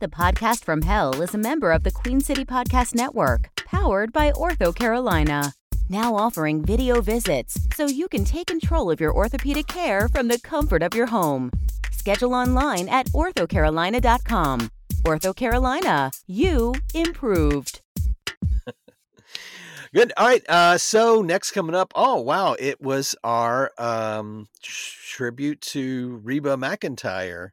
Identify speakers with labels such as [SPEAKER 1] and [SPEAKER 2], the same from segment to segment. [SPEAKER 1] The Podcast from Hell is a member of the Queen City Podcast Network, powered by Ortho Carolina. Now offering video visits so you can take control of your orthopedic care from the comfort of your home. Schedule online at orthocarolina.com. Ortho Carolina, you improved.
[SPEAKER 2] Good. All right. Uh, so next coming up. Oh wow! It was our um, tribute to Reba McIntyre.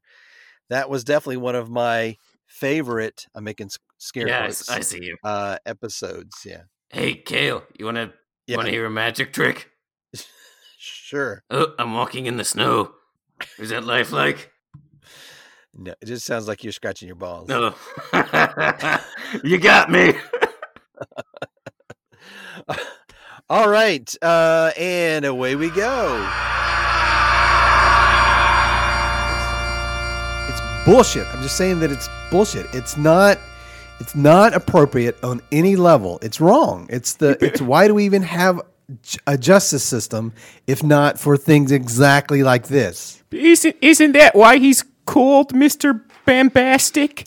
[SPEAKER 2] That was definitely one of my favorite. I'm making s- scare
[SPEAKER 3] yes,
[SPEAKER 2] quotes,
[SPEAKER 3] I see you.
[SPEAKER 2] uh, episodes. Yeah.
[SPEAKER 3] Hey, Kale, you wanna
[SPEAKER 2] Yeah.
[SPEAKER 3] wanna hear a magic trick?
[SPEAKER 2] Sure.
[SPEAKER 3] Oh, I'm walking in the snow. Is that lifelike?
[SPEAKER 2] No, it just sounds like you're scratching your balls.
[SPEAKER 3] No. you got me.
[SPEAKER 2] All right. Uh, and away we go.
[SPEAKER 4] It's bullshit. I'm just saying that it's bullshit. It's not. It's not appropriate on any level. It's wrong. It's the. It's why do we even have j- a justice system if not for things exactly like this?
[SPEAKER 5] Isn't isn't that why he's called Mister Bombastic?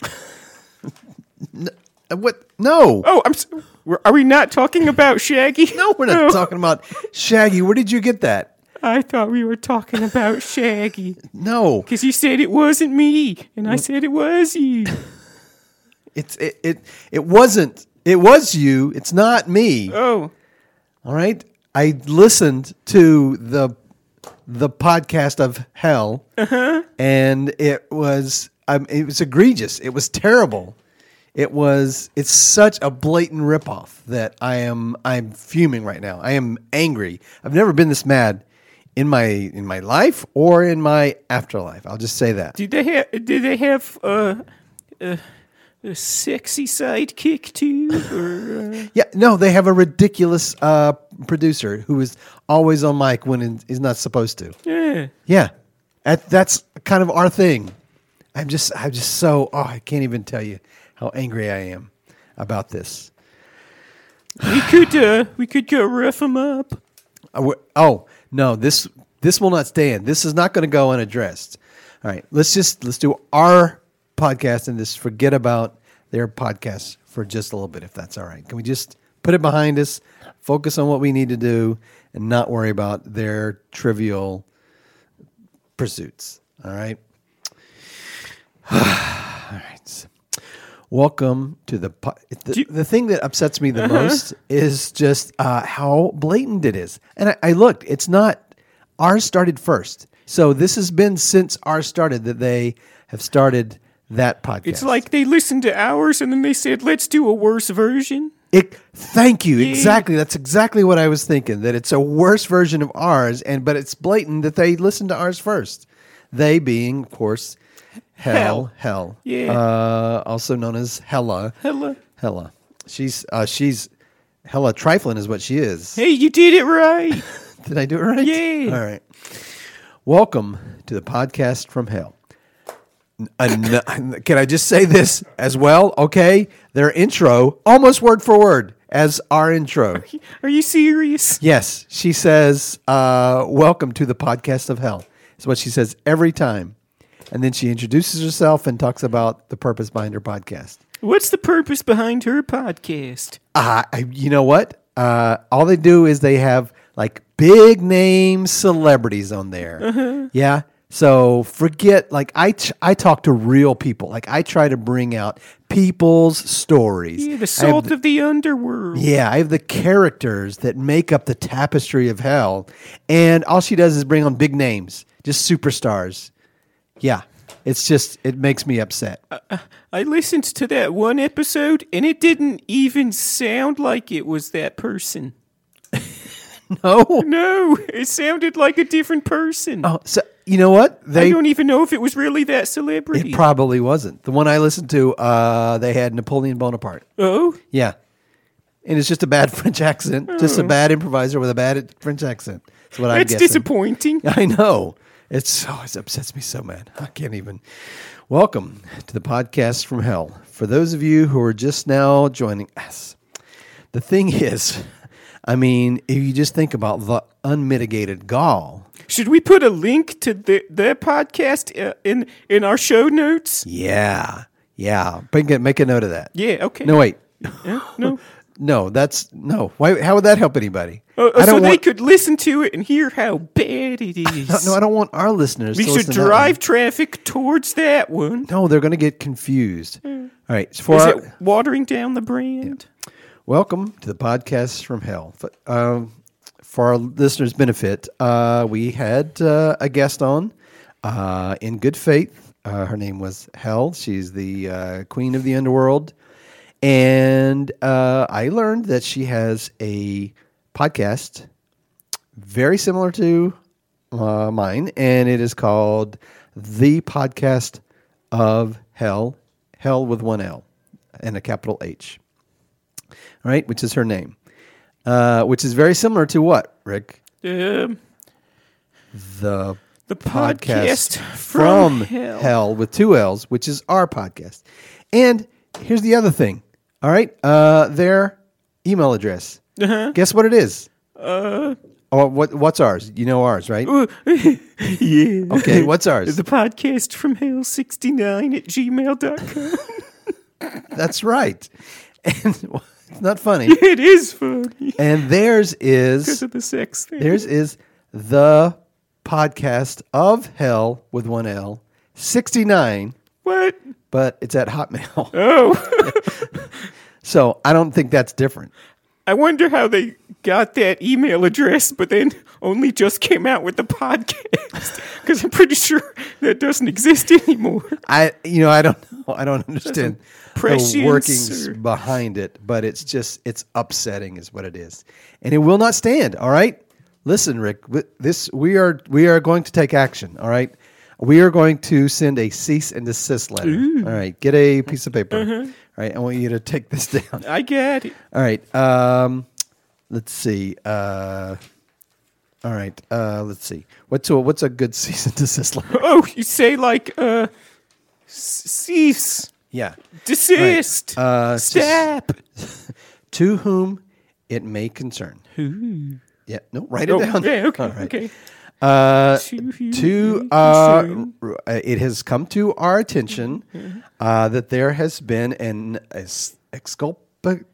[SPEAKER 4] Uh, What? No.
[SPEAKER 5] Oh, I'm. s- we're- Are we not talking about Shaggy?
[SPEAKER 4] No, we're not
[SPEAKER 5] Oh,
[SPEAKER 4] talking about Shaggy. Where did you get that?
[SPEAKER 5] I thought we were talking about Shaggy
[SPEAKER 4] No.
[SPEAKER 5] because you said it wasn't me, and
[SPEAKER 4] Mm.
[SPEAKER 5] I said it was you.
[SPEAKER 4] It's it it, it wasn't. It was you. It's not me.
[SPEAKER 5] Oh,
[SPEAKER 4] All right. I listened to the the podcast of Hell, and it was um, it was egregious. It was terrible. It was it's such a blatant ripoff that I am I'm fuming right now. I am angry. I've never been this mad in my in my life or in my afterlife. I'll just say that.
[SPEAKER 5] did they have? Did they have uh, uh, a sexy sidekick too? Or, uh,
[SPEAKER 4] Yeah, no, they have a ridiculous uh, producer who is always on mic when he's not supposed to.
[SPEAKER 5] yeah.
[SPEAKER 4] Yeah, That- that's kind of our thing. I'm just, I'm just so, oh, I can't even tell you how angry I am about this.
[SPEAKER 5] We could uh, we could go rough him up.
[SPEAKER 4] I w- Oh no, this this will not stand. This is not going to go unaddressed. All right, let's just let's do our podcast and just forget about their podcast for just a little bit, if that's all right. Can we just put it behind us, focus on what we need to do, and not worry about their trivial pursuits? All right. all right. Welcome to the po- the,
[SPEAKER 5] Do you-
[SPEAKER 4] the thing that upsets me the most is just uh, how blatant it is. And I, I looked; it's not ours started first. So this has been since ours started that they have started that podcast.
[SPEAKER 5] It's like they listened to ours and then they said, "Let's do a worse version."
[SPEAKER 4] It, thank you. Exactly. That's exactly what I was thinking. That it's a worse version of ours, and but it's blatant that they listened to ours first. They being, of course, hell,
[SPEAKER 5] Hell.
[SPEAKER 4] hell,
[SPEAKER 5] Yeah.
[SPEAKER 4] uh, also known as Hella,
[SPEAKER 5] Hella.
[SPEAKER 4] Hella. She's uh, she's Hella trifling is what she is.
[SPEAKER 5] Hey, you did it right.
[SPEAKER 4] Did I do it right?
[SPEAKER 5] Yeah.
[SPEAKER 4] All right. Welcome to the podcast from hell. An- can I just say this as well? Okay. Their intro, almost word for word, as our intro.
[SPEAKER 5] Are you serious?
[SPEAKER 4] Yes. She says, uh, Welcome to the podcast of hell. It's what she says every time. And then she introduces herself and talks about the purpose behind her podcast.
[SPEAKER 5] What's the purpose behind her podcast?
[SPEAKER 4] Uh, I, you know what? Uh, all they do is they have like big name celebrities on there. Yeah. So forget like I t- I talk to real people. Like I try to bring out people's stories.
[SPEAKER 5] Yeah, the
[SPEAKER 4] I have
[SPEAKER 5] salt of the underworld.
[SPEAKER 4] yeah, I have the characters that make up the tapestry of hell, and all she does is bring on big names, just superstars. Yeah, it's just it makes me upset.
[SPEAKER 5] Uh, I listened to that one episode and it didn't even sound like it was that person. oh.
[SPEAKER 4] no,
[SPEAKER 5] No, it sounded like a different person.
[SPEAKER 4] oh, so you know what
[SPEAKER 5] I
[SPEAKER 4] they
[SPEAKER 5] don't even know if it was really that celebrity.
[SPEAKER 4] It probably wasn't. The one I listened to, uh, they had Napoleon Bonaparte.
[SPEAKER 5] oh,
[SPEAKER 4] Yeah. And it's just a bad French accent, just a bad improviser with a bad French accent. That's what I'm
[SPEAKER 5] Uh. that's
[SPEAKER 4] guessing.
[SPEAKER 5] disappointing.
[SPEAKER 4] I know. It's so it upsets me so mad. I can't even. Welcome to the podcast from hell. For those of you who are just now joining us, the thing is, I mean, if you just think about the unmitigated gall
[SPEAKER 5] Should we put a link to the, their podcast uh, in in our show notes?
[SPEAKER 4] Yeah. Yeah, make a, make a note of that.
[SPEAKER 5] Yeah, okay.
[SPEAKER 4] No, wait.
[SPEAKER 5] no.
[SPEAKER 4] No, that's no. Why? How would that help anybody?
[SPEAKER 5] Uh,
[SPEAKER 4] I
[SPEAKER 5] so
[SPEAKER 4] don't
[SPEAKER 5] they
[SPEAKER 4] want,
[SPEAKER 5] could listen to it and hear how bad it is.
[SPEAKER 4] No, I don't want our listeners.
[SPEAKER 5] we
[SPEAKER 4] to
[SPEAKER 5] should
[SPEAKER 4] listen to that
[SPEAKER 5] drive
[SPEAKER 4] one.
[SPEAKER 5] traffic towards that one.
[SPEAKER 4] No, they're going to get confused. All right, so for
[SPEAKER 5] Mm. Is
[SPEAKER 4] our-
[SPEAKER 5] it watering down the brand?
[SPEAKER 4] welcome to the podcast from hell. F- Um, for our listeners' benefit, uh, we had uh, a guest on uh, in good faith. Uh, her name was Hell. She's the uh, queen of the underworld, and uh, I learned that she has a podcast very similar to uh, mine, and it is called The Podcast of Hell, Hell with one L and a capital H. All right, which is her name, uh, which is very similar to what, Rick?
[SPEAKER 5] Um,
[SPEAKER 4] The
[SPEAKER 5] the podcast,
[SPEAKER 4] from,
[SPEAKER 5] from, hell.
[SPEAKER 4] hell with two L's, which is our podcast. And here's the other thing. All right, uh, their email address.
[SPEAKER 5] Uh-huh.
[SPEAKER 4] Guess what it is? Uh, oh, what what's ours? You know ours, right?
[SPEAKER 5] yeah.
[SPEAKER 4] Okay, what's ours?
[SPEAKER 5] The podcast from hell 69 at gmail.com.
[SPEAKER 4] That's right. And it's not funny.
[SPEAKER 5] it is funny.
[SPEAKER 4] And theirs
[SPEAKER 5] Because
[SPEAKER 4] is
[SPEAKER 5] of the sex thing.
[SPEAKER 4] theirs is the podcast of hell with one L sixty nine,
[SPEAKER 5] what?
[SPEAKER 4] but it's at Hotmail.
[SPEAKER 5] Oh.
[SPEAKER 4] So I don't think that's different.
[SPEAKER 5] I wonder how they got that email address, but then only just came out with the podcast. Because I'm pretty sure that doesn't exist anymore.
[SPEAKER 4] I you know I don't know. I don't understand the
[SPEAKER 5] prescience
[SPEAKER 4] workings
[SPEAKER 5] or-
[SPEAKER 4] behind it, but it's just it's upsetting is what it is, and it will not stand. All right, listen, Rick. w- This we are we are going to take action. All right, we are going to send a cease and desist letter. All right, get a piece of paper. All right, I want you to take this down.
[SPEAKER 5] I get it.
[SPEAKER 4] All right. Um, let's see. Uh, all right. Uh, let's see. What's a, what's a good cease and desist letter?
[SPEAKER 5] Oh, you say like, uh, cease,
[SPEAKER 4] yeah.
[SPEAKER 5] desist,
[SPEAKER 4] Uh, s-
[SPEAKER 5] stop.
[SPEAKER 4] to whom it may concern. Who? Yeah, no, write it
[SPEAKER 5] Oh,
[SPEAKER 4] down.
[SPEAKER 5] yeah, okay,
[SPEAKER 4] All right.
[SPEAKER 5] okay.
[SPEAKER 4] Uh,
[SPEAKER 5] To whom
[SPEAKER 4] to
[SPEAKER 5] it may
[SPEAKER 4] uh,
[SPEAKER 5] concern. Mm-hmm,
[SPEAKER 4] r- uh, it has come to our attention uh, that there has been an es- exculpa-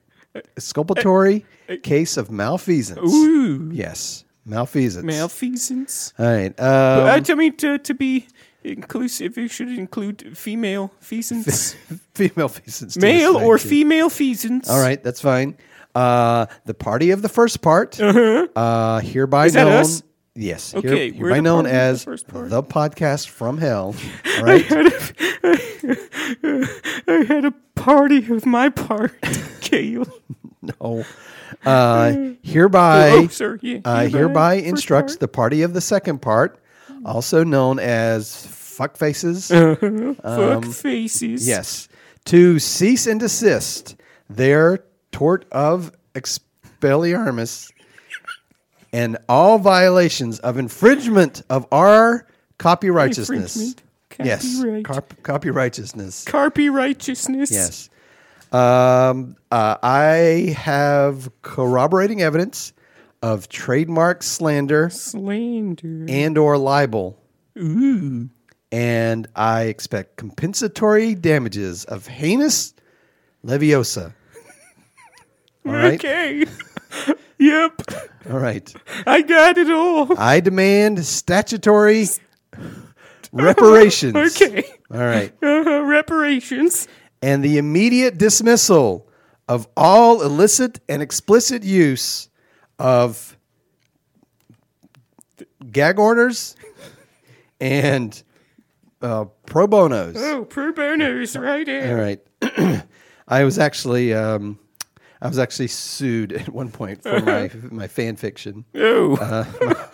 [SPEAKER 4] exculpatory case of malfeasance.
[SPEAKER 5] Uh, Ooh,
[SPEAKER 4] Yes, malfeasance.
[SPEAKER 5] malfeasance.
[SPEAKER 4] All right.
[SPEAKER 5] Uh,
[SPEAKER 4] Um,
[SPEAKER 5] I mean, to, to be inclusive, you should include female feasance.
[SPEAKER 4] female feasance. to
[SPEAKER 5] Male
[SPEAKER 4] this
[SPEAKER 5] or
[SPEAKER 4] thing, too.
[SPEAKER 5] female feasance.
[SPEAKER 4] All right, that's fine. Uh, the party of the first part, uh-huh. uh, hereby
[SPEAKER 5] Is that
[SPEAKER 4] known.
[SPEAKER 5] us?
[SPEAKER 4] Yes,
[SPEAKER 5] Okay, we're
[SPEAKER 4] hereby
[SPEAKER 5] the
[SPEAKER 4] known
[SPEAKER 5] party of the
[SPEAKER 4] as
[SPEAKER 5] first part.
[SPEAKER 4] the podcast from hell. All right,
[SPEAKER 5] I had a party of my part, Kale.
[SPEAKER 4] no. Oh, Uh, hereby,
[SPEAKER 5] oh, sir, yeah.
[SPEAKER 4] uh, hereby
[SPEAKER 5] first
[SPEAKER 4] instructs
[SPEAKER 5] part.
[SPEAKER 4] the party of the second part, also known as fuckfaces.
[SPEAKER 5] fuck faces.
[SPEAKER 4] um, Yes. To cease and desist their tort of expelliarmus and all violations of infringement of our copy righteousness.
[SPEAKER 5] Infringement.
[SPEAKER 4] Yes.
[SPEAKER 5] Copyright.
[SPEAKER 4] Carp- copy righteousness.
[SPEAKER 5] Carpy righteousness.
[SPEAKER 4] Yes. Um, uh, I have corroborating evidence of trademark slander
[SPEAKER 5] Slander.
[SPEAKER 4] and or libel. And I expect compensatory damages of heinous leviosa. All right.
[SPEAKER 5] Okay. yep.
[SPEAKER 4] All right.
[SPEAKER 5] I got it all.
[SPEAKER 4] I demand statutory reparations.
[SPEAKER 5] Okay.
[SPEAKER 4] All right.
[SPEAKER 5] Uh, reparations.
[SPEAKER 4] And the immediate dismissal of all illicit and explicit use of gag orders and uh, pro bonos.
[SPEAKER 5] Oh, pro bono is right
[SPEAKER 4] All
[SPEAKER 5] there.
[SPEAKER 4] right. I was actually um, I was actually sued at one point for my my fan fiction.
[SPEAKER 5] Oh.
[SPEAKER 4] uh,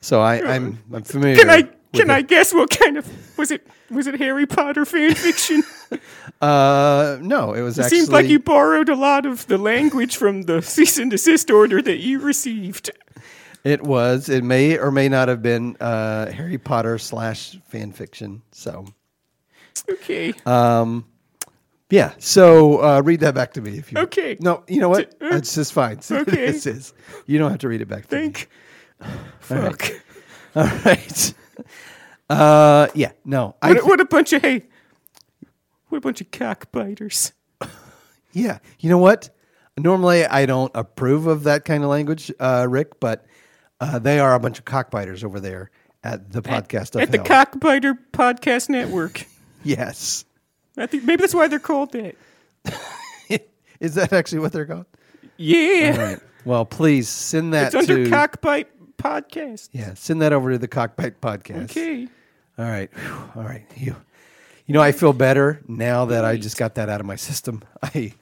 [SPEAKER 4] So I, I'm I'm familiar.
[SPEAKER 5] can I
[SPEAKER 4] with
[SPEAKER 5] can
[SPEAKER 4] it.
[SPEAKER 5] I guess what kind of was it was it Harry Potter fan fiction?
[SPEAKER 4] Uh, no, it was
[SPEAKER 5] It
[SPEAKER 4] actually.
[SPEAKER 5] seems like you borrowed a lot of the language from the cease and desist order that you received.
[SPEAKER 4] It was. It may or may not have been uh, Harry Potter slash fan fiction. So
[SPEAKER 5] Okay.
[SPEAKER 4] Uh, yeah. So uh, read that back to me if you.
[SPEAKER 5] Okay.
[SPEAKER 4] No, you know what?
[SPEAKER 5] Uh,
[SPEAKER 4] It's just fine.
[SPEAKER 5] okay.
[SPEAKER 4] this is. You don't have to read it back. to me.
[SPEAKER 5] Think. Fuck.
[SPEAKER 4] All right. Uh, yeah. No. I
[SPEAKER 5] What, what a bunch of hey. What a bunch of cockbiters.
[SPEAKER 4] Yeah. You know what? Normally, I don't approve of that kind of language, uh, Rick, but uh, they are a bunch of cockbiters over there at the podcast of
[SPEAKER 5] At the
[SPEAKER 4] hell.
[SPEAKER 5] Cockbiter Podcast Network.
[SPEAKER 4] yes.
[SPEAKER 5] I think maybe that's why they're called that.
[SPEAKER 4] Is that actually what they're called?
[SPEAKER 5] Yeah.
[SPEAKER 4] All right. Well, please send that
[SPEAKER 5] It's under
[SPEAKER 4] to
[SPEAKER 5] Cockbite Podcast.
[SPEAKER 4] yeah, send that over to the Cockbite Podcast.
[SPEAKER 5] Okay.
[SPEAKER 4] All right, Whew. all right. You, you know, I feel better now that I just got that out of my system. I,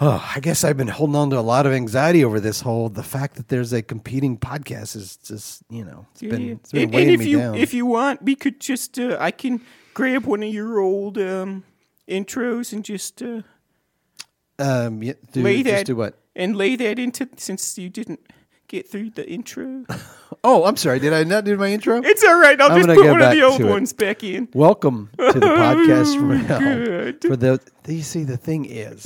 [SPEAKER 4] oh, I guess I've been holding on to a lot of anxiety over this whole. The fact that there's a competing podcast is just, you know, it's been,
[SPEAKER 5] Yeah.
[SPEAKER 4] it's been
[SPEAKER 5] and,
[SPEAKER 4] weighing
[SPEAKER 5] and if
[SPEAKER 4] me
[SPEAKER 5] you
[SPEAKER 4] down.
[SPEAKER 5] if you want, we could just uh, I can grab one of your old um, intros and just uh,
[SPEAKER 4] um, yeah, do,
[SPEAKER 5] lay
[SPEAKER 4] just
[SPEAKER 5] that
[SPEAKER 4] do what?
[SPEAKER 5] and lay that into since you didn't get through the intro.
[SPEAKER 4] Oh, I'm sorry. Did I not do my intro?
[SPEAKER 5] it's all right. I'll
[SPEAKER 4] I'm
[SPEAKER 5] just
[SPEAKER 4] gonna
[SPEAKER 5] put
[SPEAKER 4] go
[SPEAKER 5] one of the
[SPEAKER 4] back
[SPEAKER 5] old
[SPEAKER 4] to it.
[SPEAKER 5] ones back in.
[SPEAKER 4] Welcome to the podcast from hell.
[SPEAKER 5] Good.
[SPEAKER 4] For the you see, the thing is,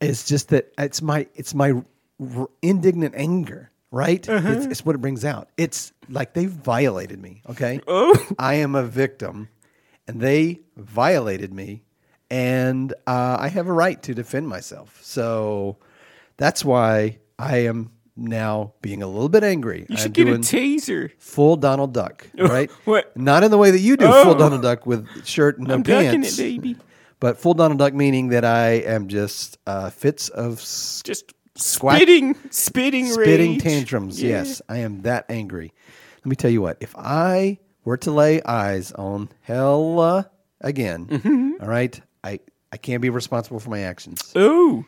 [SPEAKER 4] it's just that it's my it's my r- indignant anger, right?
[SPEAKER 5] Uh-huh.
[SPEAKER 4] It's, it's what it brings out. It's like they violated me. Okay,
[SPEAKER 5] Oh.
[SPEAKER 4] I am a victim, and they violated me, and uh, I have a right to defend myself. So that's why I am now being a little bit angry.
[SPEAKER 5] You
[SPEAKER 4] I'm
[SPEAKER 5] should get a
[SPEAKER 4] doing-
[SPEAKER 5] taser.
[SPEAKER 4] full Donald Duck, right?
[SPEAKER 5] What?
[SPEAKER 4] Not in the way that you do full
[SPEAKER 5] Oh.
[SPEAKER 4] Donald Duck with shirt and no
[SPEAKER 5] I'm ducking it,
[SPEAKER 4] pants,
[SPEAKER 5] baby.
[SPEAKER 4] but full Donald Duck meaning that I am just uh, fits of s-
[SPEAKER 5] Just
[SPEAKER 4] Squack-
[SPEAKER 5] spitting, spitting,
[SPEAKER 4] spitting
[SPEAKER 5] rage.
[SPEAKER 4] tantrums.
[SPEAKER 5] Yeah.
[SPEAKER 4] Yes, I am that angry. Let me tell you what: if I were to lay eyes on Hella again,
[SPEAKER 5] Mm-hmm.
[SPEAKER 4] all right, I I can't be responsible for my actions.
[SPEAKER 5] Oh,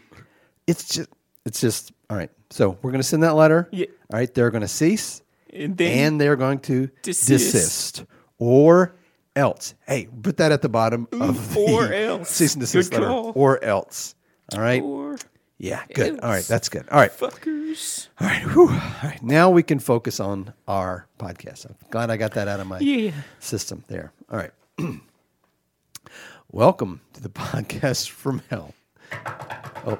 [SPEAKER 4] It's just it's just all right. So we're gonna send that letter.
[SPEAKER 5] Yeah.
[SPEAKER 4] All right, they're gonna cease.
[SPEAKER 5] and then
[SPEAKER 4] and they're going to
[SPEAKER 5] Desist.
[SPEAKER 4] desist, or else. Hey, put that at the bottom of the
[SPEAKER 5] or else.
[SPEAKER 4] cease and desist
[SPEAKER 5] Good
[SPEAKER 4] letter,
[SPEAKER 5] call.
[SPEAKER 4] or else. All right,
[SPEAKER 5] or
[SPEAKER 4] yeah, good. All right,
[SPEAKER 5] else.
[SPEAKER 4] that's good. All right,
[SPEAKER 5] fuckers.
[SPEAKER 4] all right, whew. all right. Now we can focus on our podcast. I'm glad I got that out of my
[SPEAKER 5] Yeah.
[SPEAKER 4] system there. All right. Welcome to the podcast from hell. Oh,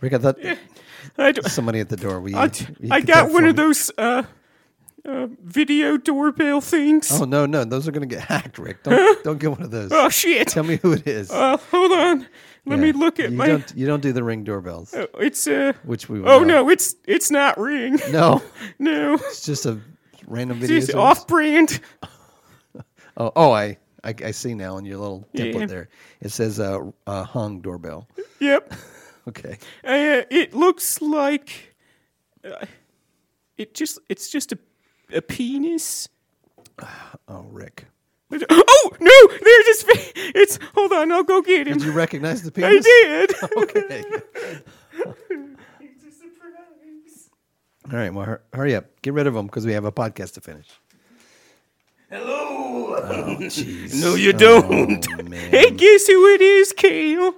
[SPEAKER 4] Rick, I thought
[SPEAKER 5] I don't,
[SPEAKER 4] somebody at the door. We,
[SPEAKER 5] I, I got one of those uh, uh, video doorbell things.
[SPEAKER 4] Oh
[SPEAKER 5] Oh,
[SPEAKER 4] no, no, those are gonna get hacked, Rick. Don't don't get one of those.
[SPEAKER 5] shit!
[SPEAKER 4] Tell me who it is.
[SPEAKER 5] Uh, hold on. Let me look at
[SPEAKER 4] you
[SPEAKER 5] my.
[SPEAKER 4] Don't, you don't do the ring doorbells,
[SPEAKER 5] uh, it's uh.
[SPEAKER 4] which we. will
[SPEAKER 5] Oh
[SPEAKER 4] not.
[SPEAKER 5] no, it's it's not ring.
[SPEAKER 4] no,
[SPEAKER 5] No,
[SPEAKER 4] it's just a random video.
[SPEAKER 5] it's
[SPEAKER 4] service.
[SPEAKER 5] off-brand.
[SPEAKER 4] Oh, oh, I, I I see now in your little template
[SPEAKER 5] Yeah.
[SPEAKER 4] there. It says uh, uh hung doorbell.
[SPEAKER 5] Yep.
[SPEAKER 4] Okay,
[SPEAKER 5] Uh, it looks like uh, it just it's just a a penis.
[SPEAKER 4] oh Rick,
[SPEAKER 5] Oh no! There's his face. It's hold on. I'll go get him.
[SPEAKER 4] did you recognize the
[SPEAKER 5] I
[SPEAKER 4] penis?
[SPEAKER 5] did.
[SPEAKER 4] Okay.
[SPEAKER 5] it's a surprise.
[SPEAKER 4] All right, well hur- hurry up, get rid of them because we have a podcast to finish.
[SPEAKER 3] Hello.
[SPEAKER 4] No,
[SPEAKER 3] you don't.
[SPEAKER 4] Oh, man.
[SPEAKER 5] Hey, guess who it is, Kale?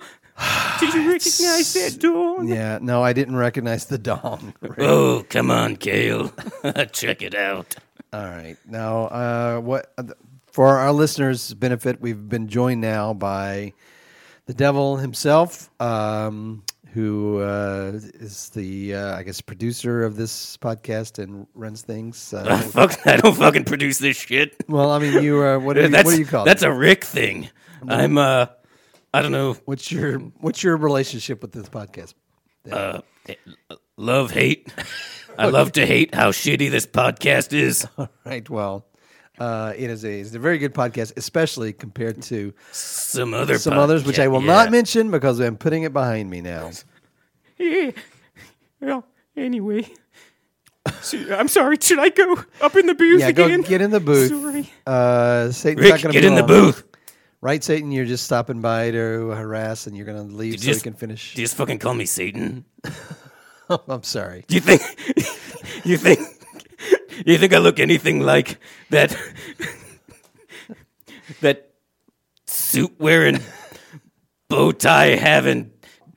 [SPEAKER 5] Did you recognize that dog?
[SPEAKER 4] Yeah, no, I didn't recognize the dong. Rick.
[SPEAKER 3] Oh, come on, Kale. Check it out.
[SPEAKER 4] All right. Now, uh, what for our listeners' benefit, we've been joined now by the devil himself, um, who uh, is the, uh, I guess, producer of this podcast and runs things.
[SPEAKER 3] Ah,
[SPEAKER 4] Uh,
[SPEAKER 3] fuck, I don't fucking produce this shit.
[SPEAKER 4] well, I mean, you are. What are you,
[SPEAKER 3] that's,
[SPEAKER 4] what are you called?
[SPEAKER 3] That's a Rick thing. I'm, uh, I don't know,
[SPEAKER 4] what's your What's your relationship with this podcast?
[SPEAKER 3] uh, love, hate. I love to hate how shitty this podcast is.
[SPEAKER 4] Right. Well, uh, it is a it's a very good podcast, especially compared to
[SPEAKER 3] Some other
[SPEAKER 4] some others, which I
[SPEAKER 3] podca-
[SPEAKER 4] will
[SPEAKER 3] yeah.
[SPEAKER 4] not mention because I'm putting it behind me now.
[SPEAKER 5] Yeah. Well, anyway. Should- I'm sorry. Should I go up in the booth
[SPEAKER 4] Yeah,
[SPEAKER 5] again?
[SPEAKER 4] go get in the booth.
[SPEAKER 5] Sorry.
[SPEAKER 4] Uh, Satan's not
[SPEAKER 3] Rick,
[SPEAKER 4] gonna
[SPEAKER 3] get
[SPEAKER 4] be
[SPEAKER 3] in the
[SPEAKER 4] long.
[SPEAKER 3] booth.
[SPEAKER 4] Right, Satan, you're just stopping by to harass, and you're going to leave
[SPEAKER 3] Did
[SPEAKER 4] so
[SPEAKER 3] you
[SPEAKER 4] we
[SPEAKER 3] just-
[SPEAKER 4] can finish.
[SPEAKER 3] Do you just fucking call me Satan?
[SPEAKER 4] I'm sorry.
[SPEAKER 3] Do you think? you think? You think I look anything like that? that suit wearing, bow tie having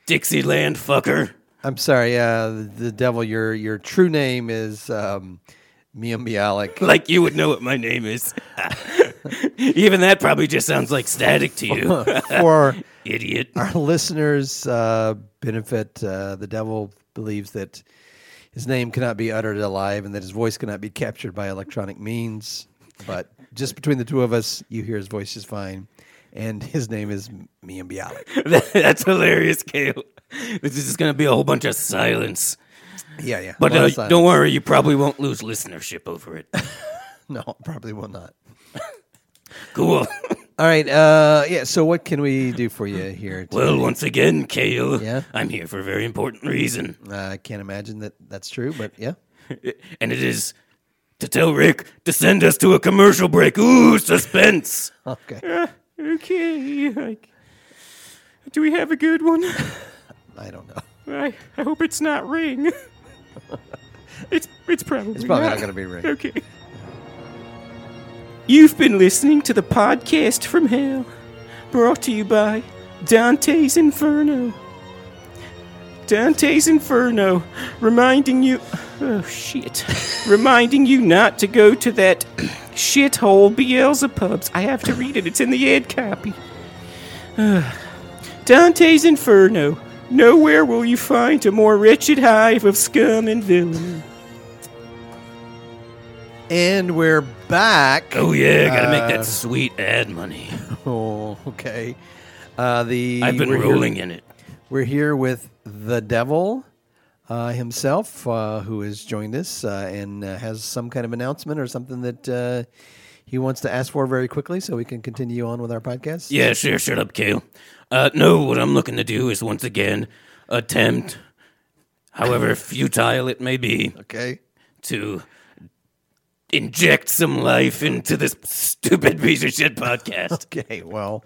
[SPEAKER 3] Dixieland fucker.
[SPEAKER 4] I'm sorry. Uh, the, the devil. Your your true name is um, Miam Bialik.
[SPEAKER 3] Like you would know what my name is. Even that probably just sounds like static to you,
[SPEAKER 4] For
[SPEAKER 3] idiot.
[SPEAKER 4] our listeners' uh, benefit, uh, the devil believes that his name cannot be uttered alive, and that his voice cannot be captured by electronic means. But just between the two of us, you hear his voice is fine. And his name is Mian Bialik.
[SPEAKER 3] That's hilarious, Kale. This is just gonna be a whole bunch of silence.
[SPEAKER 4] Yeah, yeah.
[SPEAKER 3] But
[SPEAKER 4] Well,
[SPEAKER 3] uh,
[SPEAKER 4] it's not-
[SPEAKER 3] don't worry, you probably won't lose listenership over it.
[SPEAKER 4] No, probably will not.
[SPEAKER 3] cool.
[SPEAKER 4] All right. Uh, yeah. So what can we do for you here? today?
[SPEAKER 3] Well, once again, Kale,
[SPEAKER 4] Yeah?
[SPEAKER 3] I'm here for a very important reason,
[SPEAKER 4] I can't imagine that that's true, but yeah.
[SPEAKER 3] and it is to tell Rick to send us to a commercial break. Ooh, suspense.
[SPEAKER 4] Okay.
[SPEAKER 5] Okay. Like, do we have a good one?
[SPEAKER 4] I don't know.
[SPEAKER 5] I, I hope it's not Ring. it's it's probably
[SPEAKER 4] It's probably not going to be Ring.
[SPEAKER 5] Okay. You've been listening to the podcast from Hell, brought to you by Dante's Inferno. Dante's Inferno, reminding you. Oh, shit. reminding you not to go to that shithole Beelzebub's. I have to read it, it's in the ad copy. Dante's Inferno. Nowhere will you find a more wretched hive of scum and villainy.
[SPEAKER 4] And we're back.
[SPEAKER 3] Oh yeah, gotta make
[SPEAKER 4] Uh,
[SPEAKER 3] that sweet ad money.
[SPEAKER 4] Oh, okay. Uh, the
[SPEAKER 3] I've been
[SPEAKER 4] we're here-
[SPEAKER 3] rolling in it.
[SPEAKER 4] We're here with the devil uh, himself, uh, who has joined us uh, and uh, has some kind of announcement or something that uh, he wants to ask for very quickly, so we can continue on with our podcast.
[SPEAKER 3] Yeah, sure. Shut up, Kale. Uh, no, what I'm looking to do is once again attempt, however futile it may be,
[SPEAKER 4] Okay.
[SPEAKER 3] to inject some life into this stupid piece of shit podcast.
[SPEAKER 4] Okay. Well,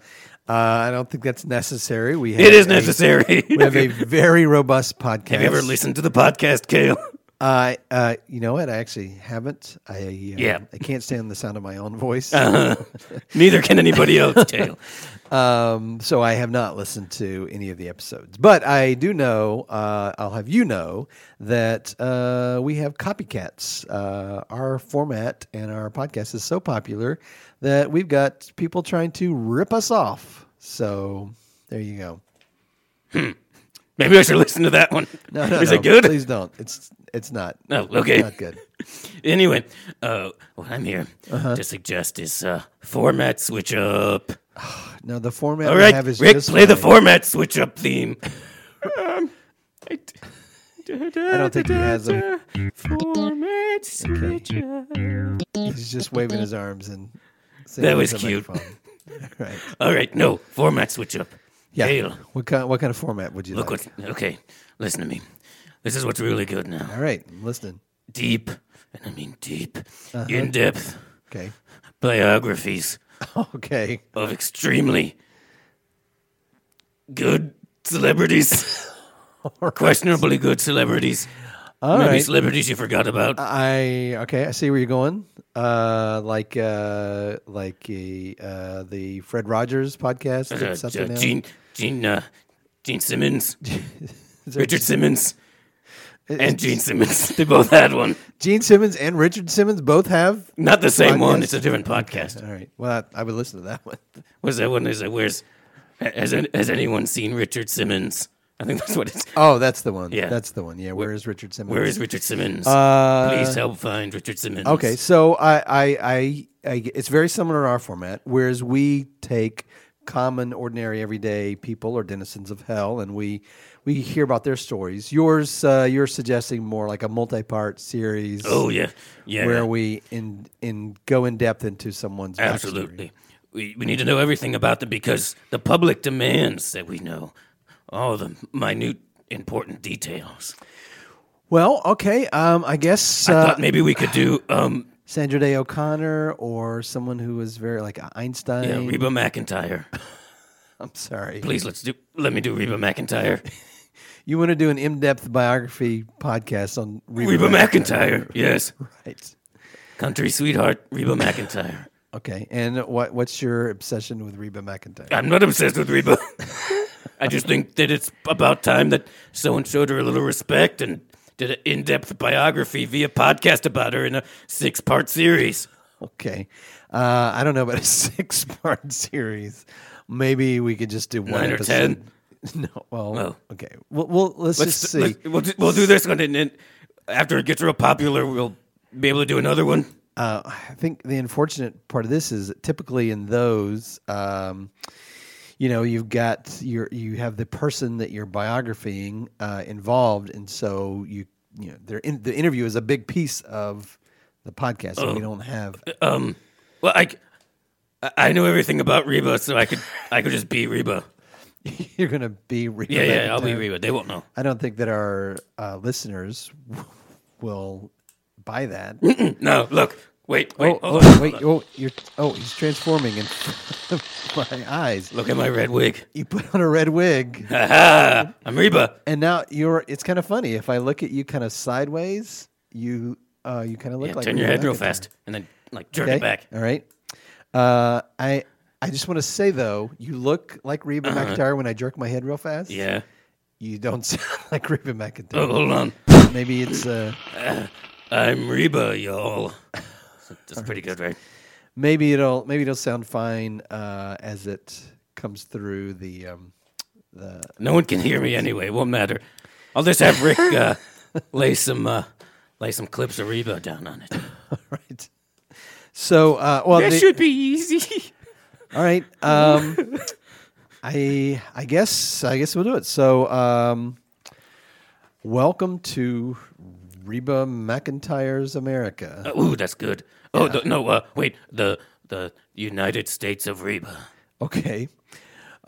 [SPEAKER 4] uh, I don't think that's necessary. We have
[SPEAKER 3] It is
[SPEAKER 4] a-
[SPEAKER 3] necessary.
[SPEAKER 4] we have a very robust podcast.
[SPEAKER 3] Have you ever listened to the podcast, Kale?
[SPEAKER 4] Uh, uh, you know what? I actually haven't. I uh,
[SPEAKER 3] Yeah. Uh-huh.
[SPEAKER 4] I can't stand the sound of my own voice,
[SPEAKER 3] Neither can anybody else, Kale.
[SPEAKER 4] um, so I have not listened to any of the episodes. But I do know. Uh, I'll have you know that uh, we have copycats. Uh, our format and our podcast is so popular that we've got people trying to rip us off. So there you go.
[SPEAKER 3] Maybe I should listen to that one.
[SPEAKER 4] No, no,
[SPEAKER 3] is
[SPEAKER 4] no,
[SPEAKER 3] it good?
[SPEAKER 4] Please don't. It's it's not.
[SPEAKER 3] No, okay.
[SPEAKER 4] Not good.
[SPEAKER 3] Anyway, uh, what I'm here
[SPEAKER 4] Uh-huh.
[SPEAKER 3] to suggest is uh, format switch up.
[SPEAKER 4] No, the format
[SPEAKER 3] All
[SPEAKER 4] we
[SPEAKER 3] right,
[SPEAKER 4] have is
[SPEAKER 3] Rick,
[SPEAKER 4] just
[SPEAKER 3] play the
[SPEAKER 4] fine.
[SPEAKER 3] format switch up theme.
[SPEAKER 5] I
[SPEAKER 4] don't think he has them.
[SPEAKER 5] Format switcher.
[SPEAKER 4] He's just waving his arms and saying
[SPEAKER 3] That was
[SPEAKER 4] it's a
[SPEAKER 3] cute.
[SPEAKER 4] microphone. right.
[SPEAKER 3] All right, no format switch up.
[SPEAKER 4] Yeah.
[SPEAKER 3] Kale,
[SPEAKER 4] What kind what kind of format would you
[SPEAKER 3] look
[SPEAKER 4] like?
[SPEAKER 3] what. Okay, listen to me. This is what's really good now.
[SPEAKER 4] All right, I'm listening.
[SPEAKER 3] Deep, and I mean deep,
[SPEAKER 4] Uh-huh.
[SPEAKER 3] in depth
[SPEAKER 4] Okay.
[SPEAKER 3] biographies
[SPEAKER 4] Okay.
[SPEAKER 3] of extremely good celebrities. or questionably good celebrities.
[SPEAKER 4] All
[SPEAKER 3] Maybe
[SPEAKER 4] right.
[SPEAKER 3] celebrities you forgot about. Uh,
[SPEAKER 4] I okay, I see where you're going. Uh like uh like a uh the Fred Rogers podcast
[SPEAKER 3] Uh,
[SPEAKER 4] that's something
[SPEAKER 3] uh,
[SPEAKER 4] now.
[SPEAKER 3] Gene, Gene, uh, Gene Simmons,
[SPEAKER 4] Is there
[SPEAKER 3] Richard Simmons,
[SPEAKER 4] Gene-
[SPEAKER 3] and Gene Simmons. They both had one.
[SPEAKER 4] Gene Simmons and Richard Simmons both have
[SPEAKER 3] Not the same one.
[SPEAKER 4] Podcast?
[SPEAKER 3] It's a different podcast.
[SPEAKER 4] All right. Well, I, I would listen to that one.
[SPEAKER 3] What's that one? Is it where's? Has, an- has anyone seen Richard Simmons? I think that's what it's.
[SPEAKER 4] Oh, that's the one.
[SPEAKER 3] Yeah.
[SPEAKER 4] That's the one. Yeah, where is Richard Simmons?
[SPEAKER 3] Where is Richard Simmons?
[SPEAKER 4] uh
[SPEAKER 3] Please help find Richard Simmons.
[SPEAKER 4] Okay, so I, I, I, I, it's very similar to our format, whereas we take common, ordinary, everyday people or denizens of hell, and we we hear about their stories. Yours, uh, you're suggesting more like a multi-part series.
[SPEAKER 3] Oh yeah, yeah.
[SPEAKER 4] where we in in go in depth into someone's backstory.
[SPEAKER 3] Absolutely. We, we need to know everything about them because the public demands that we know all the minute important details.
[SPEAKER 4] Well, okay, um, I guess
[SPEAKER 3] I
[SPEAKER 4] uh,
[SPEAKER 3] thought maybe we could do um,
[SPEAKER 4] Sandra Day O'Connor or someone who was very like Einstein.
[SPEAKER 3] yeah, Reba McIntyre.
[SPEAKER 4] I'm sorry.
[SPEAKER 3] Please let's do. Let me do Reba McIntyre.
[SPEAKER 4] You want to do an in-depth biography podcast on Reba,
[SPEAKER 3] Reba McIntyre. Yes,
[SPEAKER 4] Right.
[SPEAKER 3] country sweetheart Reba McIntyre.
[SPEAKER 4] Okay, and what what's your obsession with Reba McIntyre?
[SPEAKER 3] I'm not obsessed with Reba. I just think that it's about time that someone showed her a little respect and did an in-depth biography via podcast about her in a six-part series.
[SPEAKER 4] Okay, uh, I don't know about a six part series. Maybe we could just do one
[SPEAKER 3] Nine or
[SPEAKER 4] episode. No, well,
[SPEAKER 3] Well.
[SPEAKER 4] okay. Well, well let's, just see.
[SPEAKER 3] Let's- we'll, do- we'll do this one, and then after it gets real popular, we'll be able to do another one.
[SPEAKER 4] uh, I think the unfortunate part of this is that typically in those, um, you know, you've got your you have the person that you're biographing uh, involved, and so you you know their in, the interview is a big piece of the podcast. and we don't have
[SPEAKER 3] Um, well, I, I- I knew everything about Reba, so I could I could just be Reba.
[SPEAKER 4] you're going to be re-
[SPEAKER 3] Yeah,
[SPEAKER 4] at
[SPEAKER 3] yeah,
[SPEAKER 4] the
[SPEAKER 3] I'll be
[SPEAKER 4] time.
[SPEAKER 3] Reba. They won't know.
[SPEAKER 4] I don't think that our uh, listeners will buy that.
[SPEAKER 3] No, look, wait, wait,
[SPEAKER 4] oh,
[SPEAKER 3] hold
[SPEAKER 4] oh,
[SPEAKER 3] on,
[SPEAKER 4] wait,
[SPEAKER 3] hold on.
[SPEAKER 4] oh, you're oh, he's transforming in my eyes.
[SPEAKER 3] Look at my red wig.
[SPEAKER 4] You put on a red wig,
[SPEAKER 3] Aha! I'm Reba.
[SPEAKER 4] and now you're. It's kind of funny if I look at you kind of sideways. You, uh, you kind of look
[SPEAKER 3] Yeah,
[SPEAKER 4] like
[SPEAKER 3] turn your
[SPEAKER 4] Reba
[SPEAKER 3] head real
[SPEAKER 4] McEntire.
[SPEAKER 3] fast and then like jerk
[SPEAKER 4] Okay,
[SPEAKER 3] it back.
[SPEAKER 4] All right. Uh, I I just want to say though, you look like Reba McIntyre when I jerk my head real fast.
[SPEAKER 3] Uh-huh. Yeah.
[SPEAKER 4] You don't sound like Reba
[SPEAKER 3] Oh,
[SPEAKER 4] McIntyre.
[SPEAKER 3] hold on.
[SPEAKER 4] Maybe it's uh,
[SPEAKER 3] I'm Reba, y'all. That's pretty good, right?
[SPEAKER 4] maybe it'll maybe it'll sound fine uh, as it comes through the um, the
[SPEAKER 3] No one can hear me anyway. Won't matter. I'll just have Rick uh, lay some uh, lay some clips of Reba down on it.
[SPEAKER 4] right. So uh, well,
[SPEAKER 5] That
[SPEAKER 4] the-
[SPEAKER 5] should be easy.
[SPEAKER 4] All right. Um, I I guess I guess we'll do it. So, um, welcome to Reba McIntyre's America.
[SPEAKER 3] Uh, ooh, that's good. Oh the, no, uh, wait the the United States of Reba.
[SPEAKER 4] Okay.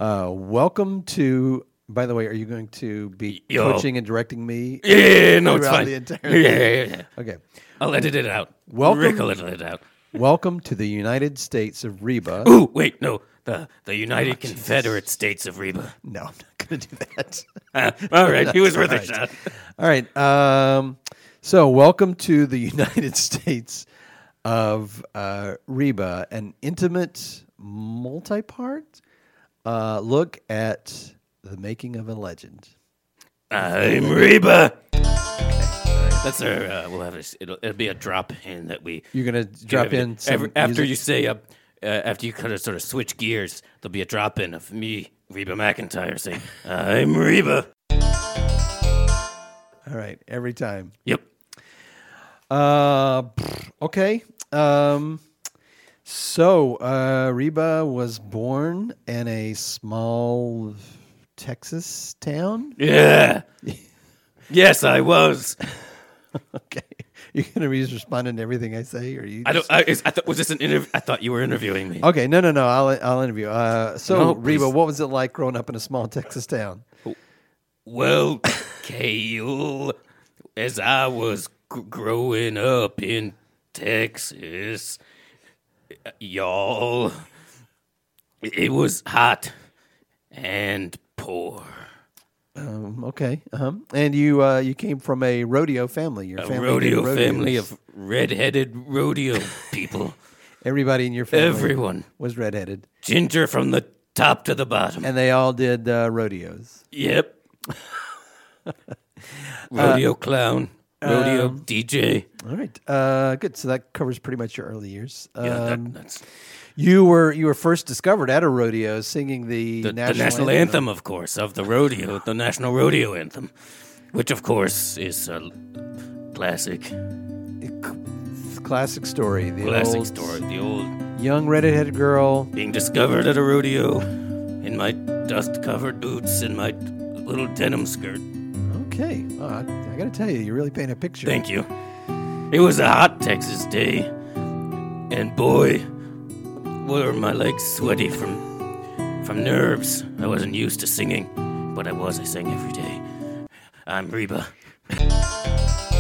[SPEAKER 4] Uh, welcome to. By the way, are you going to be
[SPEAKER 3] Yo.
[SPEAKER 4] coaching and directing me?
[SPEAKER 3] Yeah, yeah, yeah, no, it's
[SPEAKER 4] Throughout
[SPEAKER 3] fine.
[SPEAKER 4] the entire-
[SPEAKER 3] yeah, yeah, yeah, yeah.
[SPEAKER 4] Okay.
[SPEAKER 3] I'll edit it out.
[SPEAKER 4] Welcome-
[SPEAKER 3] Rick will edit it out.
[SPEAKER 4] Welcome to the United States of Reba.
[SPEAKER 3] Ooh, wait, no, the the United Confederate States of Reba.
[SPEAKER 4] No, I'm not going to do that.
[SPEAKER 3] Uh, all right, he was worth a shot.
[SPEAKER 4] All right. Um, so, welcome to the United States of uh, Reba, an intimate, multi part uh, look at the making of a legend.
[SPEAKER 3] I'm Reba. That's our. Uh, we'll have a, s- it'll, it'll be a drop in that we
[SPEAKER 4] You're going to drop
[SPEAKER 3] Yeah,
[SPEAKER 4] in some
[SPEAKER 3] every- after
[SPEAKER 4] music?
[SPEAKER 3] you say uh, uh, after you kind of sort of switch gears. There'll be a drop in of me, Reba McIntyre, saying, "I'm Reba."
[SPEAKER 4] All right. Every time.
[SPEAKER 3] Yep.
[SPEAKER 4] Uh, pfft, okay. Um, so, uh, Reba was born in a small Texas town.
[SPEAKER 3] Yeah. yes, I was.
[SPEAKER 4] Okay. You're going to be just responding to everything I say, or you?
[SPEAKER 3] I
[SPEAKER 4] just-
[SPEAKER 3] don't. I, is- I thought was this an interview? I thought you were interviewing me.
[SPEAKER 4] Okay, no, no, no. I'll I'll interview. Uh, so
[SPEAKER 3] No,
[SPEAKER 4] Reba,
[SPEAKER 3] please.
[SPEAKER 4] what was it like growing up in a small Texas town?
[SPEAKER 3] Well, Cale, as I was g- growing up in Texas, y'all, it was hot and poor.
[SPEAKER 4] Um, okay, uh-huh. and you uh, you came from a rodeo family. Your
[SPEAKER 3] A
[SPEAKER 4] family did
[SPEAKER 3] rodeo
[SPEAKER 4] rodeos.
[SPEAKER 3] family of redheaded rodeo people.
[SPEAKER 4] everybody in your family
[SPEAKER 3] Everyone,
[SPEAKER 4] was redheaded,
[SPEAKER 3] ginger from the top to the bottom.
[SPEAKER 4] and they all did uh, rodeos.
[SPEAKER 3] Yep. rodeo
[SPEAKER 4] Uh,
[SPEAKER 3] clown, rodeo
[SPEAKER 4] um,
[SPEAKER 3] DJ.
[SPEAKER 4] All right, uh, good. So that covers pretty much your early years. Um,
[SPEAKER 3] Yeah, that, that's
[SPEAKER 4] you were you were first discovered at a rodeo singing the,
[SPEAKER 3] the,
[SPEAKER 4] national,
[SPEAKER 3] the national anthem, of course, of the rodeo, the national rodeo anthem, which of course is a l- classic,
[SPEAKER 4] Classic story. The
[SPEAKER 3] classic
[SPEAKER 4] old
[SPEAKER 3] story. The old
[SPEAKER 4] Young redheaded girl.
[SPEAKER 3] being discovered at a rodeo in my dust-covered boots and my little denim skirt.
[SPEAKER 4] Okay, Oh, I, I got to tell you, you're really painting a picture.
[SPEAKER 3] Thank you. It was a hot Texas day, and boy, were my legs sweaty from from nerves. I wasn't used to singing, but I was. I sang every day. I'm Reba.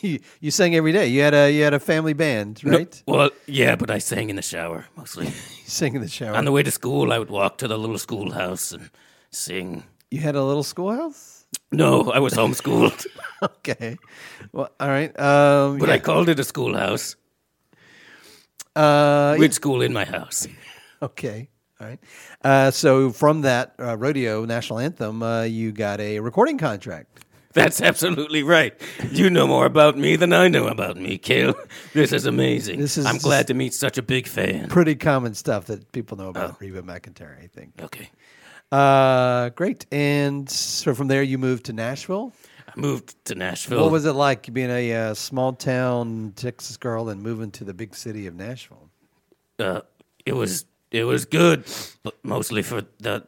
[SPEAKER 4] you, you sang every day. You had a you had a family band,
[SPEAKER 3] No,
[SPEAKER 4] right?
[SPEAKER 3] well, yeah, but I sang in the shower mostly.
[SPEAKER 4] You sang in the shower.
[SPEAKER 3] On the way to school, I would walk to the little schoolhouse and sing.
[SPEAKER 4] you had a little schoolhouse.
[SPEAKER 3] No, I was homeschooled,
[SPEAKER 4] Okay. Well, all right. Um,
[SPEAKER 3] but I called it a schoolhouse.
[SPEAKER 4] uh,
[SPEAKER 3] We'd school in my house.
[SPEAKER 4] okay. All right. Uh, so from that uh, rodeo national anthem, uh, you got a recording contract.
[SPEAKER 3] That's absolutely right. You know more about me than I know about me, Kale. This is amazing.
[SPEAKER 4] This is-
[SPEAKER 3] I'm glad to meet such a big fan.
[SPEAKER 4] Pretty common stuff that people know
[SPEAKER 3] Oh.
[SPEAKER 4] about Reba McIntyre, I think.
[SPEAKER 3] Okay.
[SPEAKER 4] Uh, great. And so from there, you moved to Nashville.
[SPEAKER 3] I moved to Nashville.
[SPEAKER 4] What was it like being a uh, small town Texas girl and moving to the big city of Nashville?
[SPEAKER 3] uh, it was it was good, but mostly for the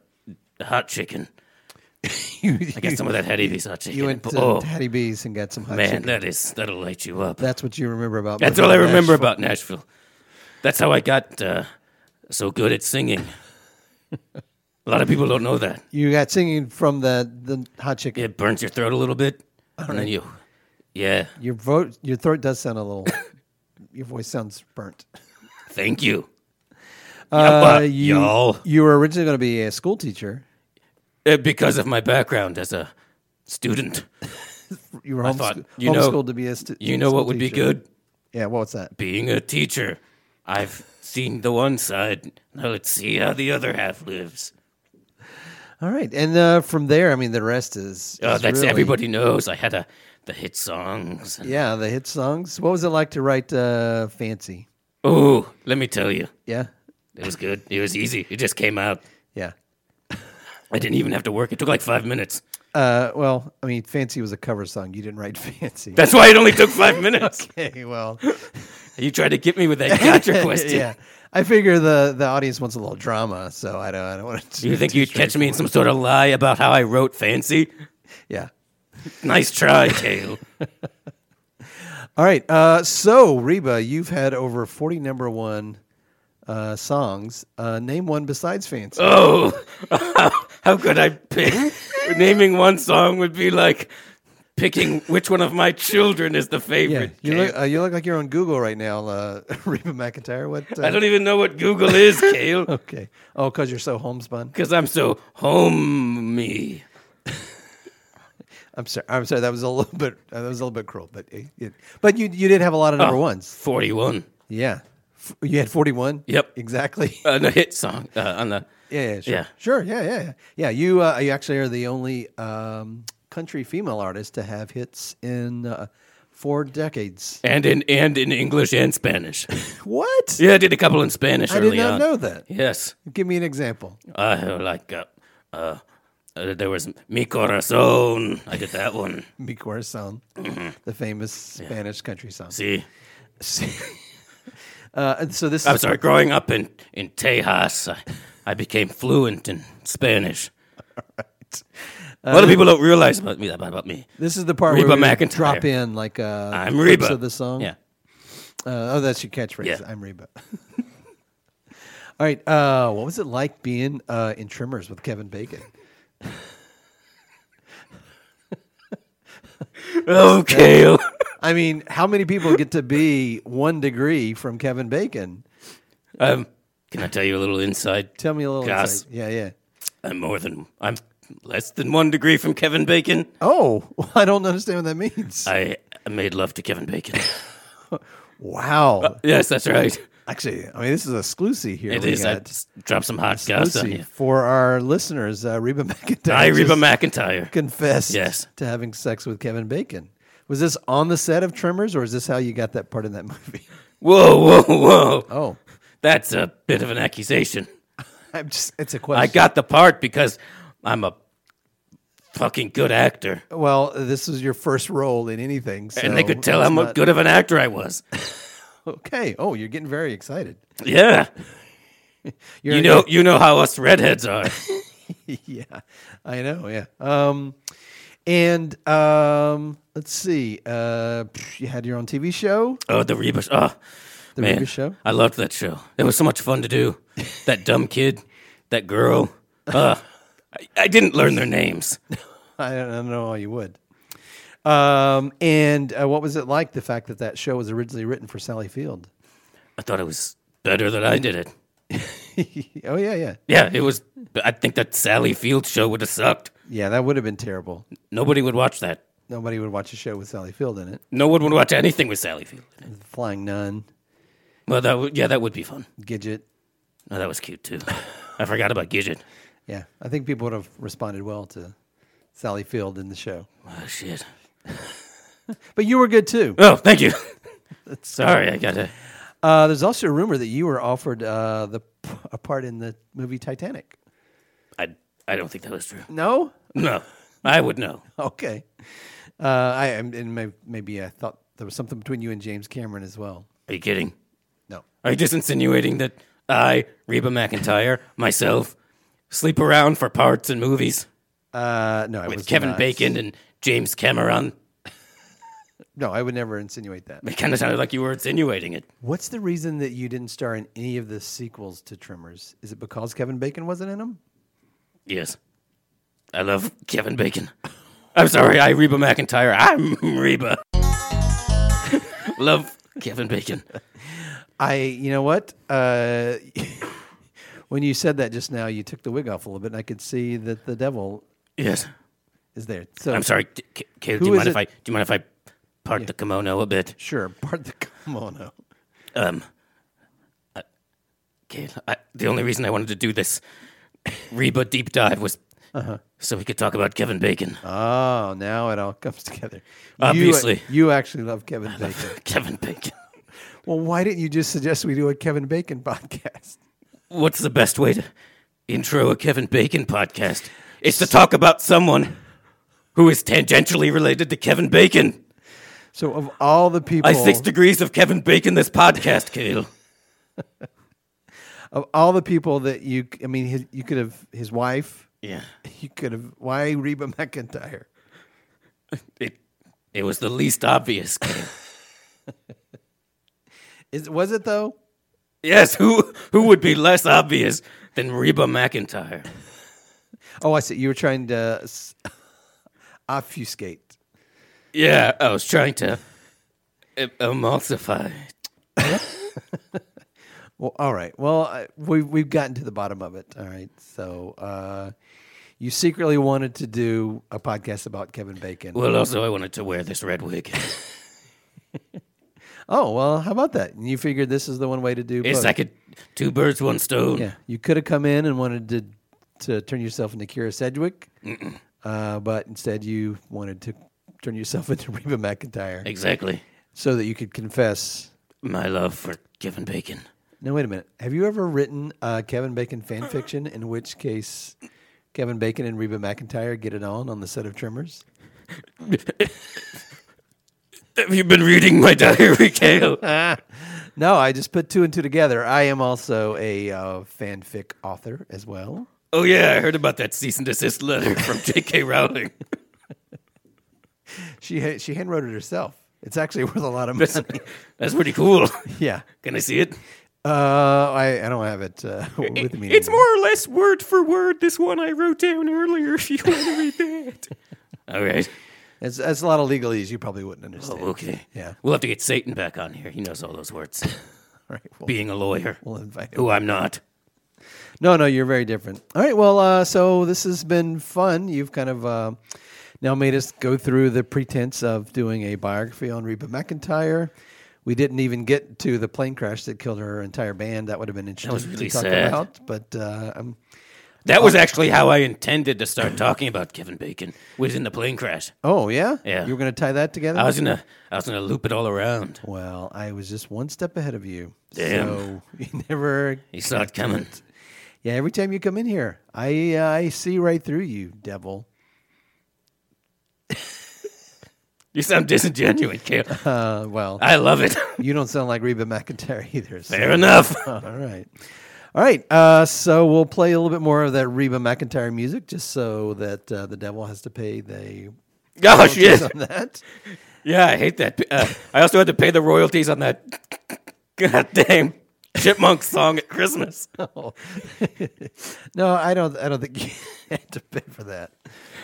[SPEAKER 3] hot chicken.
[SPEAKER 4] you,
[SPEAKER 3] I got some of that Hattie B's hot chicken.
[SPEAKER 4] you went
[SPEAKER 3] but-
[SPEAKER 4] to
[SPEAKER 3] oh
[SPEAKER 4] Hattie B's and got some hot
[SPEAKER 3] man,
[SPEAKER 4] chicken.
[SPEAKER 3] that is that'll light you up.
[SPEAKER 4] That's what you remember about.
[SPEAKER 3] That's
[SPEAKER 4] moving
[SPEAKER 3] all I
[SPEAKER 4] to
[SPEAKER 3] remember
[SPEAKER 4] Nashville.
[SPEAKER 3] about Nashville. That's how I got uh, so good at singing. a lot of people don't know that.
[SPEAKER 4] You got singing from the the hot chicken.
[SPEAKER 3] It burns your throat a little bit, and then you, yeah.
[SPEAKER 4] Your vote, your throat does sound a little. your voice sounds burnt.
[SPEAKER 3] Thank you.
[SPEAKER 4] Uh,
[SPEAKER 3] Yappa,
[SPEAKER 4] you,
[SPEAKER 3] y'all.
[SPEAKER 4] you were originally going to be a school teacher.
[SPEAKER 3] Uh, because of my background as a student,
[SPEAKER 4] You were
[SPEAKER 3] I
[SPEAKER 4] homeschooled,
[SPEAKER 3] thought, you know-
[SPEAKER 4] homeschooled to be a stu-
[SPEAKER 3] you know what
[SPEAKER 4] school
[SPEAKER 3] would be
[SPEAKER 4] teacher.
[SPEAKER 3] good?
[SPEAKER 4] Yeah, what's that?
[SPEAKER 3] Being a teacher. I've seen the one side. Now let's see how the other half lives.
[SPEAKER 4] All right, and uh, from there, I mean, the rest is.
[SPEAKER 3] Uh,
[SPEAKER 4] is
[SPEAKER 3] that's
[SPEAKER 4] really-
[SPEAKER 3] everybody knows. I had a the hit songs. and-
[SPEAKER 4] Yeah, the hit songs. What was it like to write uh, "Fancy"?
[SPEAKER 3] Oh, let me tell you,
[SPEAKER 4] Yeah,
[SPEAKER 3] it was good. It was easy. It just came out.
[SPEAKER 4] yeah.
[SPEAKER 3] I didn't even have to work. It took like five minutes.
[SPEAKER 4] Uh, well, I mean, "Fancy" was a cover song. You didn't write "Fancy."
[SPEAKER 3] That's why it only took five minutes.
[SPEAKER 4] okay, well,
[SPEAKER 3] You tried to get me with that gotcha question.
[SPEAKER 4] yeah. I figure the, the audience wants a little drama, so I don't. I don't want to.
[SPEAKER 3] You think you'd catch me in some sort of lie about how I wrote fancy?
[SPEAKER 4] Yeah.
[SPEAKER 3] Nice try, Kale.
[SPEAKER 4] All right. Uh, so Reba, you've had over forty number one uh, songs. Uh, name one besides "Fancy."
[SPEAKER 3] Oh, how could I pick? Naming one song would be like picking which one of my children is the
[SPEAKER 4] yeah,
[SPEAKER 3] favorite.
[SPEAKER 4] you
[SPEAKER 3] Kale.
[SPEAKER 4] look, uh, you look like you're on Google right now, uh, Reba McIntyre. What? Uh,
[SPEAKER 3] I don't e-, even know what Google is, Kale,
[SPEAKER 4] okay. Oh, because you're so homespun.
[SPEAKER 3] because I'm so homey.
[SPEAKER 4] I'm sorry. I'm sorry. That was a little bit. Uh, that was a little bit cruel. But it, it- but you you did have a lot of number
[SPEAKER 3] Oh.
[SPEAKER 4] ones.
[SPEAKER 3] 41
[SPEAKER 4] Yeah. F- You had 41.
[SPEAKER 3] Yep.
[SPEAKER 4] Exactly.
[SPEAKER 3] on a hit song uh, on the
[SPEAKER 4] Yeah. Yeah. Sure.
[SPEAKER 3] Yeah.
[SPEAKER 4] Sure. Yeah. Yeah. Yeah. yeah you uh, you actually are the only um, country female artist to have hits in uh, four decades.
[SPEAKER 3] and in and in English and Spanish.
[SPEAKER 4] What?
[SPEAKER 3] Yeah, I did a couple in Spanish
[SPEAKER 4] I did
[SPEAKER 3] early
[SPEAKER 4] not
[SPEAKER 3] on.
[SPEAKER 4] know that.
[SPEAKER 3] Yes,
[SPEAKER 4] Give me an example.
[SPEAKER 3] I uh, like uh, uh, uh, there was Mi Corazón. I did that one.
[SPEAKER 4] Mi corazón, the famous Spanish country song.
[SPEAKER 3] See,
[SPEAKER 4] Uh, and so this
[SPEAKER 3] I'm
[SPEAKER 4] is
[SPEAKER 3] sorry. Growing up in in Tejas, I, I became fluent in Spanish. A
[SPEAKER 4] Uh,
[SPEAKER 3] lot of people don't realize about me about me.
[SPEAKER 4] this is the part
[SPEAKER 3] Reba
[SPEAKER 4] where we
[SPEAKER 3] McEntire.
[SPEAKER 4] drop in like uh,
[SPEAKER 3] I'm
[SPEAKER 4] clips
[SPEAKER 3] Reba
[SPEAKER 4] of the song.
[SPEAKER 3] Yeah.
[SPEAKER 4] Uh, oh, that's your catchphrase.
[SPEAKER 3] Yeah.
[SPEAKER 4] I'm Reba. All right. Uh, what was it like being uh, in Trimmers with Kevin Bacon?
[SPEAKER 3] Okay.
[SPEAKER 4] I mean, how many people get to be one degree from Kevin Bacon?
[SPEAKER 3] um, can I tell you a little inside?
[SPEAKER 4] Tell me a little.
[SPEAKER 3] Gosh.
[SPEAKER 4] insight. Yeah, yeah.
[SPEAKER 3] I'm more than I'm less than one degree from Kevin Bacon.
[SPEAKER 4] Oh, I don't understand what that means.
[SPEAKER 3] I made love to Kevin Bacon.
[SPEAKER 4] wow.
[SPEAKER 3] yes, that's right. Oh
[SPEAKER 4] Actually, I mean, this is a exclusive here.
[SPEAKER 3] Uh, It
[SPEAKER 4] we
[SPEAKER 3] is. I
[SPEAKER 4] Got
[SPEAKER 3] s- dropped some hot goss on
[SPEAKER 4] exclusive
[SPEAKER 3] you.
[SPEAKER 4] for our listeners. Uh, Reba McIntyre.
[SPEAKER 3] I Reba
[SPEAKER 4] just
[SPEAKER 3] McIntyre.
[SPEAKER 4] confessed
[SPEAKER 3] Yes.
[SPEAKER 4] to having sex with Kevin Bacon. Was this on the set of Trimmers, or is this how you got that part in that movie?
[SPEAKER 3] Whoa, whoa, whoa!
[SPEAKER 4] Oh,
[SPEAKER 3] That's a bit of an accusation.
[SPEAKER 4] I'm just—it's a
[SPEAKER 3] I
[SPEAKER 4] question.
[SPEAKER 3] got the part because I'm a fucking good actor,
[SPEAKER 4] Well, this was your first role in anything, so
[SPEAKER 3] and they could tell
[SPEAKER 4] it's
[SPEAKER 3] how mu-
[SPEAKER 4] not-
[SPEAKER 3] good of an actor I was.
[SPEAKER 4] Okay. Oh, you're getting very excited.
[SPEAKER 3] yeah,
[SPEAKER 4] You're,
[SPEAKER 3] you know, you know how us redheads are.
[SPEAKER 4] yeah, I know. Yeah. Um, and um, let's see. Uh, you had your own TV show.
[SPEAKER 3] Oh, the Reba. sh- Oh,
[SPEAKER 4] The
[SPEAKER 3] man.
[SPEAKER 4] Reba show?
[SPEAKER 3] I loved that show. It was so much fun to do. That dumb kid, that girl. Uh, I, I didn't learn their names.
[SPEAKER 4] I don't, I don't know how you would. Um, and uh, what was it like? The fact that that show was originally written for Sally Field.
[SPEAKER 3] I thought it was better that I did it.
[SPEAKER 4] oh yeah, yeah,
[SPEAKER 3] Yeah, it was. I think that Sally Field show would have sucked.
[SPEAKER 4] yeah. That would have been terrible.
[SPEAKER 3] Nobody would watch that.
[SPEAKER 4] Nobody would watch a show with Sally Field in it.
[SPEAKER 3] No one would watch anything with Sally Field.
[SPEAKER 4] Flying Nun,
[SPEAKER 3] Well, that would, yeah, that would be fun.
[SPEAKER 4] Gidget.
[SPEAKER 3] No, that was cute too. I forgot about Gidget.
[SPEAKER 4] Yeah, I think people would have responded well to Sally Field in the show.
[SPEAKER 3] Oh shit.
[SPEAKER 4] But you were good too.
[SPEAKER 3] Oh, thank you. Sorry, I gotta.
[SPEAKER 4] Uh, there's also a rumor that you were offered uh, the p- a part in the movie Titanic.
[SPEAKER 3] I I don't think that was true.
[SPEAKER 4] No?
[SPEAKER 3] No, I would know.
[SPEAKER 4] Okay. Uh, I am, and may, maybe I thought there was something between you and James Cameron as well.
[SPEAKER 3] Are you kidding?
[SPEAKER 4] No,
[SPEAKER 3] Are you just insinuating that I, Reba McIntyre, myself, sleep around for parts in movies
[SPEAKER 4] uh, no, I
[SPEAKER 3] with
[SPEAKER 4] was
[SPEAKER 3] Kevin
[SPEAKER 4] not.
[SPEAKER 3] Bacon and James Cameron?
[SPEAKER 4] No, I would never insinuate that.
[SPEAKER 3] It kind of sounded like you were insinuating it.
[SPEAKER 4] What's the reason that you didn't star in any of the sequels to Tremors? Is it because Kevin Bacon wasn't in them?
[SPEAKER 3] Yes. I love Kevin Bacon. I'm sorry, I Reba McIntyre. I'm Reba. love Kevin Bacon.
[SPEAKER 4] I, you know what? Uh, when you said that just now, you took the wig off a little bit, and I could see that the devil
[SPEAKER 3] Yes.
[SPEAKER 4] is there. So
[SPEAKER 3] I'm sorry, K- K- Caleb,
[SPEAKER 4] Who
[SPEAKER 3] do you
[SPEAKER 4] is
[SPEAKER 3] mind if
[SPEAKER 4] it?
[SPEAKER 3] I do you mind if I part the kimono a bit?
[SPEAKER 4] Sure, part the kimono.
[SPEAKER 3] Um, I, Gail, I, the only reason I wanted to do this Reba deep dive was so we could talk about Kevin Bacon.
[SPEAKER 4] Oh, now it all comes together. You-
[SPEAKER 3] Obviously.
[SPEAKER 4] you, actually love Kevin Bacon.
[SPEAKER 3] Kevin Bacon.
[SPEAKER 4] well, why didn't you just suggest we do a Kevin Bacon podcast?
[SPEAKER 3] What's the best way to intro a Kevin Bacon podcast? It's to talk about someone who is tangentially related to Kevin Bacon.
[SPEAKER 4] So, of all the people,
[SPEAKER 3] By six degrees of Kevin Bacon, this podcast, Kale.
[SPEAKER 4] of all the people that you, I mean, his, you could have his wife.
[SPEAKER 3] Yeah.
[SPEAKER 4] You could have. Why Reba McIntyre?
[SPEAKER 3] It, it was the least obvious, Kale.
[SPEAKER 4] Is was it though?
[SPEAKER 3] yes, who, who would be less obvious than Reba McIntyre?
[SPEAKER 4] Oh, I see. You were trying to s- obfuscate.
[SPEAKER 3] Yeah, I was trying to em- emulsify.
[SPEAKER 4] Well, all right. Well, I, we we've gotten to the bottom of it. All right. So, uh, you secretly wanted to do a podcast about Kevin Bacon.
[SPEAKER 3] Well, also, I wanted to wear this red wig.
[SPEAKER 4] Oh well, how about that? And you figured this is the one way to do.
[SPEAKER 3] It's
[SPEAKER 4] both.
[SPEAKER 3] like a two birds, one stone.
[SPEAKER 4] yeah, you could have come in and wanted to to turn yourself into Kira Sedgwick, uh, but instead you wanted to turn yourself into Reba McIntyre
[SPEAKER 3] Exactly.
[SPEAKER 4] so that you could confess.
[SPEAKER 3] My love for Kevin Bacon.
[SPEAKER 4] Now wait a minute. Have you ever written uh, Kevin Bacon fan fiction? In which case, Kevin Bacon and Reba McIntyre get it on on the set of Tremors.
[SPEAKER 3] Have you been reading my diary, Kale?
[SPEAKER 4] No, I just put two and two together. I am also a uh, fanfic author as well.
[SPEAKER 3] oh, yeah, I heard about that cease and desist letter from J.K. Rowling.
[SPEAKER 4] She ha- she handwrote it herself. It's actually worth a lot of
[SPEAKER 3] That's,
[SPEAKER 4] money.
[SPEAKER 3] that's pretty cool.
[SPEAKER 4] Yeah.
[SPEAKER 3] Can I see it?
[SPEAKER 4] Uh, I, I don't have it uh, with me.
[SPEAKER 5] It's
[SPEAKER 4] anymore.
[SPEAKER 5] more or less word for word this one I wrote down earlier if you want to read that.
[SPEAKER 3] All right.
[SPEAKER 4] It's, it's a lot of legalese you probably wouldn't understand.
[SPEAKER 3] Oh, okay.
[SPEAKER 4] Yeah.
[SPEAKER 3] We'll have to get Satan back on here. He knows all those words.
[SPEAKER 4] All right. Well,
[SPEAKER 3] Being a lawyer,
[SPEAKER 4] we'll invite him.
[SPEAKER 3] who I'm not.
[SPEAKER 4] No, no, you're very different. All right. Well, uh, so this has been fun. You've kind of uh, now made us go through the pretense of doing a biography on Reba McIntyre. We didn't even get to the plane crash that killed her entire band. That would have been interesting
[SPEAKER 3] was really
[SPEAKER 4] to talk
[SPEAKER 3] sad.
[SPEAKER 4] about. But uh, I'm
[SPEAKER 3] That was actually how I intended to start talking about Kevin Bacon. Was in the plane crash.
[SPEAKER 4] oh yeah,
[SPEAKER 3] Yeah.
[SPEAKER 4] You were going to tie that together.
[SPEAKER 3] I was gonna, I was gonna loop it all around.
[SPEAKER 4] well, I was just one step ahead of you.
[SPEAKER 3] Damn.
[SPEAKER 4] So you never
[SPEAKER 3] He saw it coming.
[SPEAKER 4] Yeah, every time you come in here, I uh, I see right through you, devil.
[SPEAKER 3] You sound disingenuous, Kale.
[SPEAKER 4] Uh, well,
[SPEAKER 3] I love it.
[SPEAKER 4] you don't sound like Reba McIntyre either. so-
[SPEAKER 3] Fair enough. Oh,
[SPEAKER 4] All right. All right. Uh, so we'll play a little bit more of that Reba McIntyre music just so that uh, the devil has to pay the
[SPEAKER 3] Oh
[SPEAKER 4] royalties
[SPEAKER 3] shit.
[SPEAKER 4] on that.
[SPEAKER 3] Yeah, I hate that. Uh, I also had to pay the royalties on that goddamn chipmunk song at Christmas.
[SPEAKER 4] No, I don't I don't think you had to pay for that.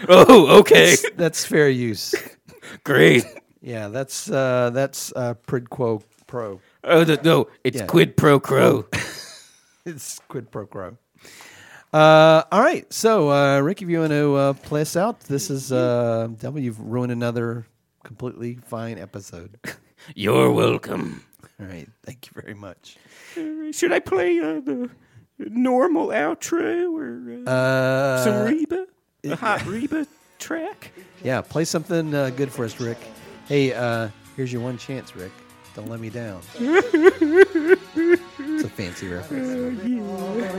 [SPEAKER 3] Oh, okay,
[SPEAKER 4] That's fair use.
[SPEAKER 3] great.
[SPEAKER 4] Yeah, that's uh, that's uh, prid quo pro.
[SPEAKER 3] Oh the, no, it's
[SPEAKER 4] Yeah.
[SPEAKER 3] quid pro quo.
[SPEAKER 4] It's quid pro quo. Uh, all right, so uh, Rick, if you want to uh, play us out, this is uh, Devil. You've ruined another completely fine episode.
[SPEAKER 3] You're welcome.
[SPEAKER 4] All right, thank you very much.
[SPEAKER 5] Uh, Should I play uh, the normal outro or uh,
[SPEAKER 4] Uh,
[SPEAKER 5] some Reba? A hot Reba track?
[SPEAKER 4] yeah, play something uh, good for us, Rick. Hey, uh, here's your one chance, Rick. Don't let me down. it's a fancy reference.
[SPEAKER 6] Very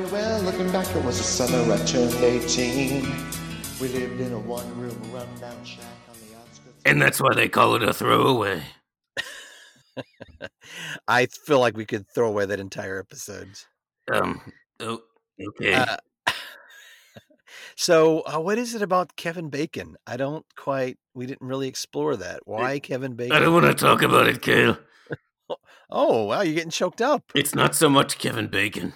[SPEAKER 6] well, looking back, it was a summer I turned 18. We lived in a one room rundown shack on the outskirts.
[SPEAKER 3] And that's why they call it a throwaway.
[SPEAKER 2] I feel like we could throw away that entire episode.
[SPEAKER 3] Um. Oh, okay.
[SPEAKER 2] Uh, so, uh, what is it about Kevin Bacon? I don't quite. We didn't really explore that. Why Kevin
[SPEAKER 3] I
[SPEAKER 2] Bacon?
[SPEAKER 3] don't want to talk about it, Kale.
[SPEAKER 2] Oh wow, you're getting choked up.
[SPEAKER 3] It's not so much Kevin Bacon.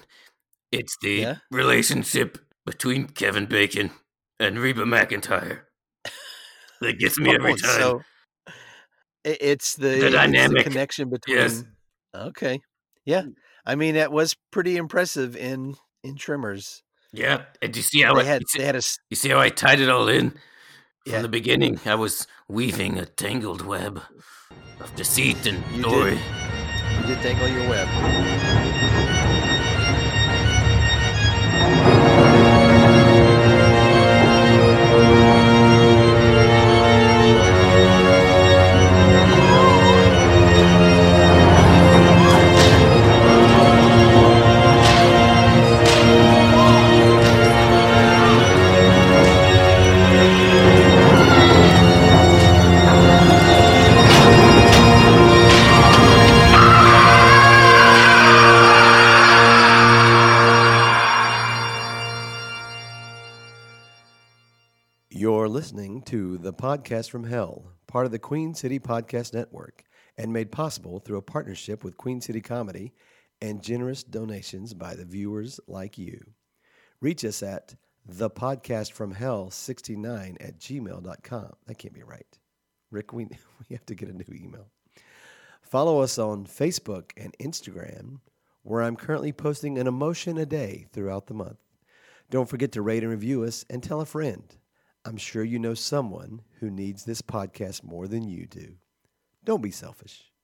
[SPEAKER 3] It's the
[SPEAKER 2] Yeah?
[SPEAKER 3] relationship between Kevin Bacon and Reba McIntyre that gets me every
[SPEAKER 2] Oh,
[SPEAKER 3] time.
[SPEAKER 2] So, i- it's the, it's
[SPEAKER 3] dynamic.
[SPEAKER 2] connection between.
[SPEAKER 3] Yes. Mm.
[SPEAKER 2] Okay. Yeah. I mean, that was pretty impressive in in Tremors.
[SPEAKER 3] Yeah, and do you see how I,
[SPEAKER 2] They had
[SPEAKER 3] you, see,
[SPEAKER 2] they had a s-
[SPEAKER 3] you see how I tied it all in from
[SPEAKER 2] Yeah.
[SPEAKER 3] the beginning? I was weaving a tangled web of deceit and
[SPEAKER 2] You did.
[SPEAKER 3] story.
[SPEAKER 2] you did dangle your web.
[SPEAKER 4] You're listening to the podcast from Hell, part of the Queen City Podcast Network, and made possible through a partnership with Queen City Comedy and generous donations by the viewers like you. Reach us at thepodcastfromhell69 at gmail.com. That can't be right. Rick, we, we have to get a new email. Follow us on Facebook and Instagram, where I'm currently posting an emotion a day throughout the month. Don't forget to rate and review us and tell a friend. I'm sure you know someone who needs this podcast more than you do. Don't be selfish.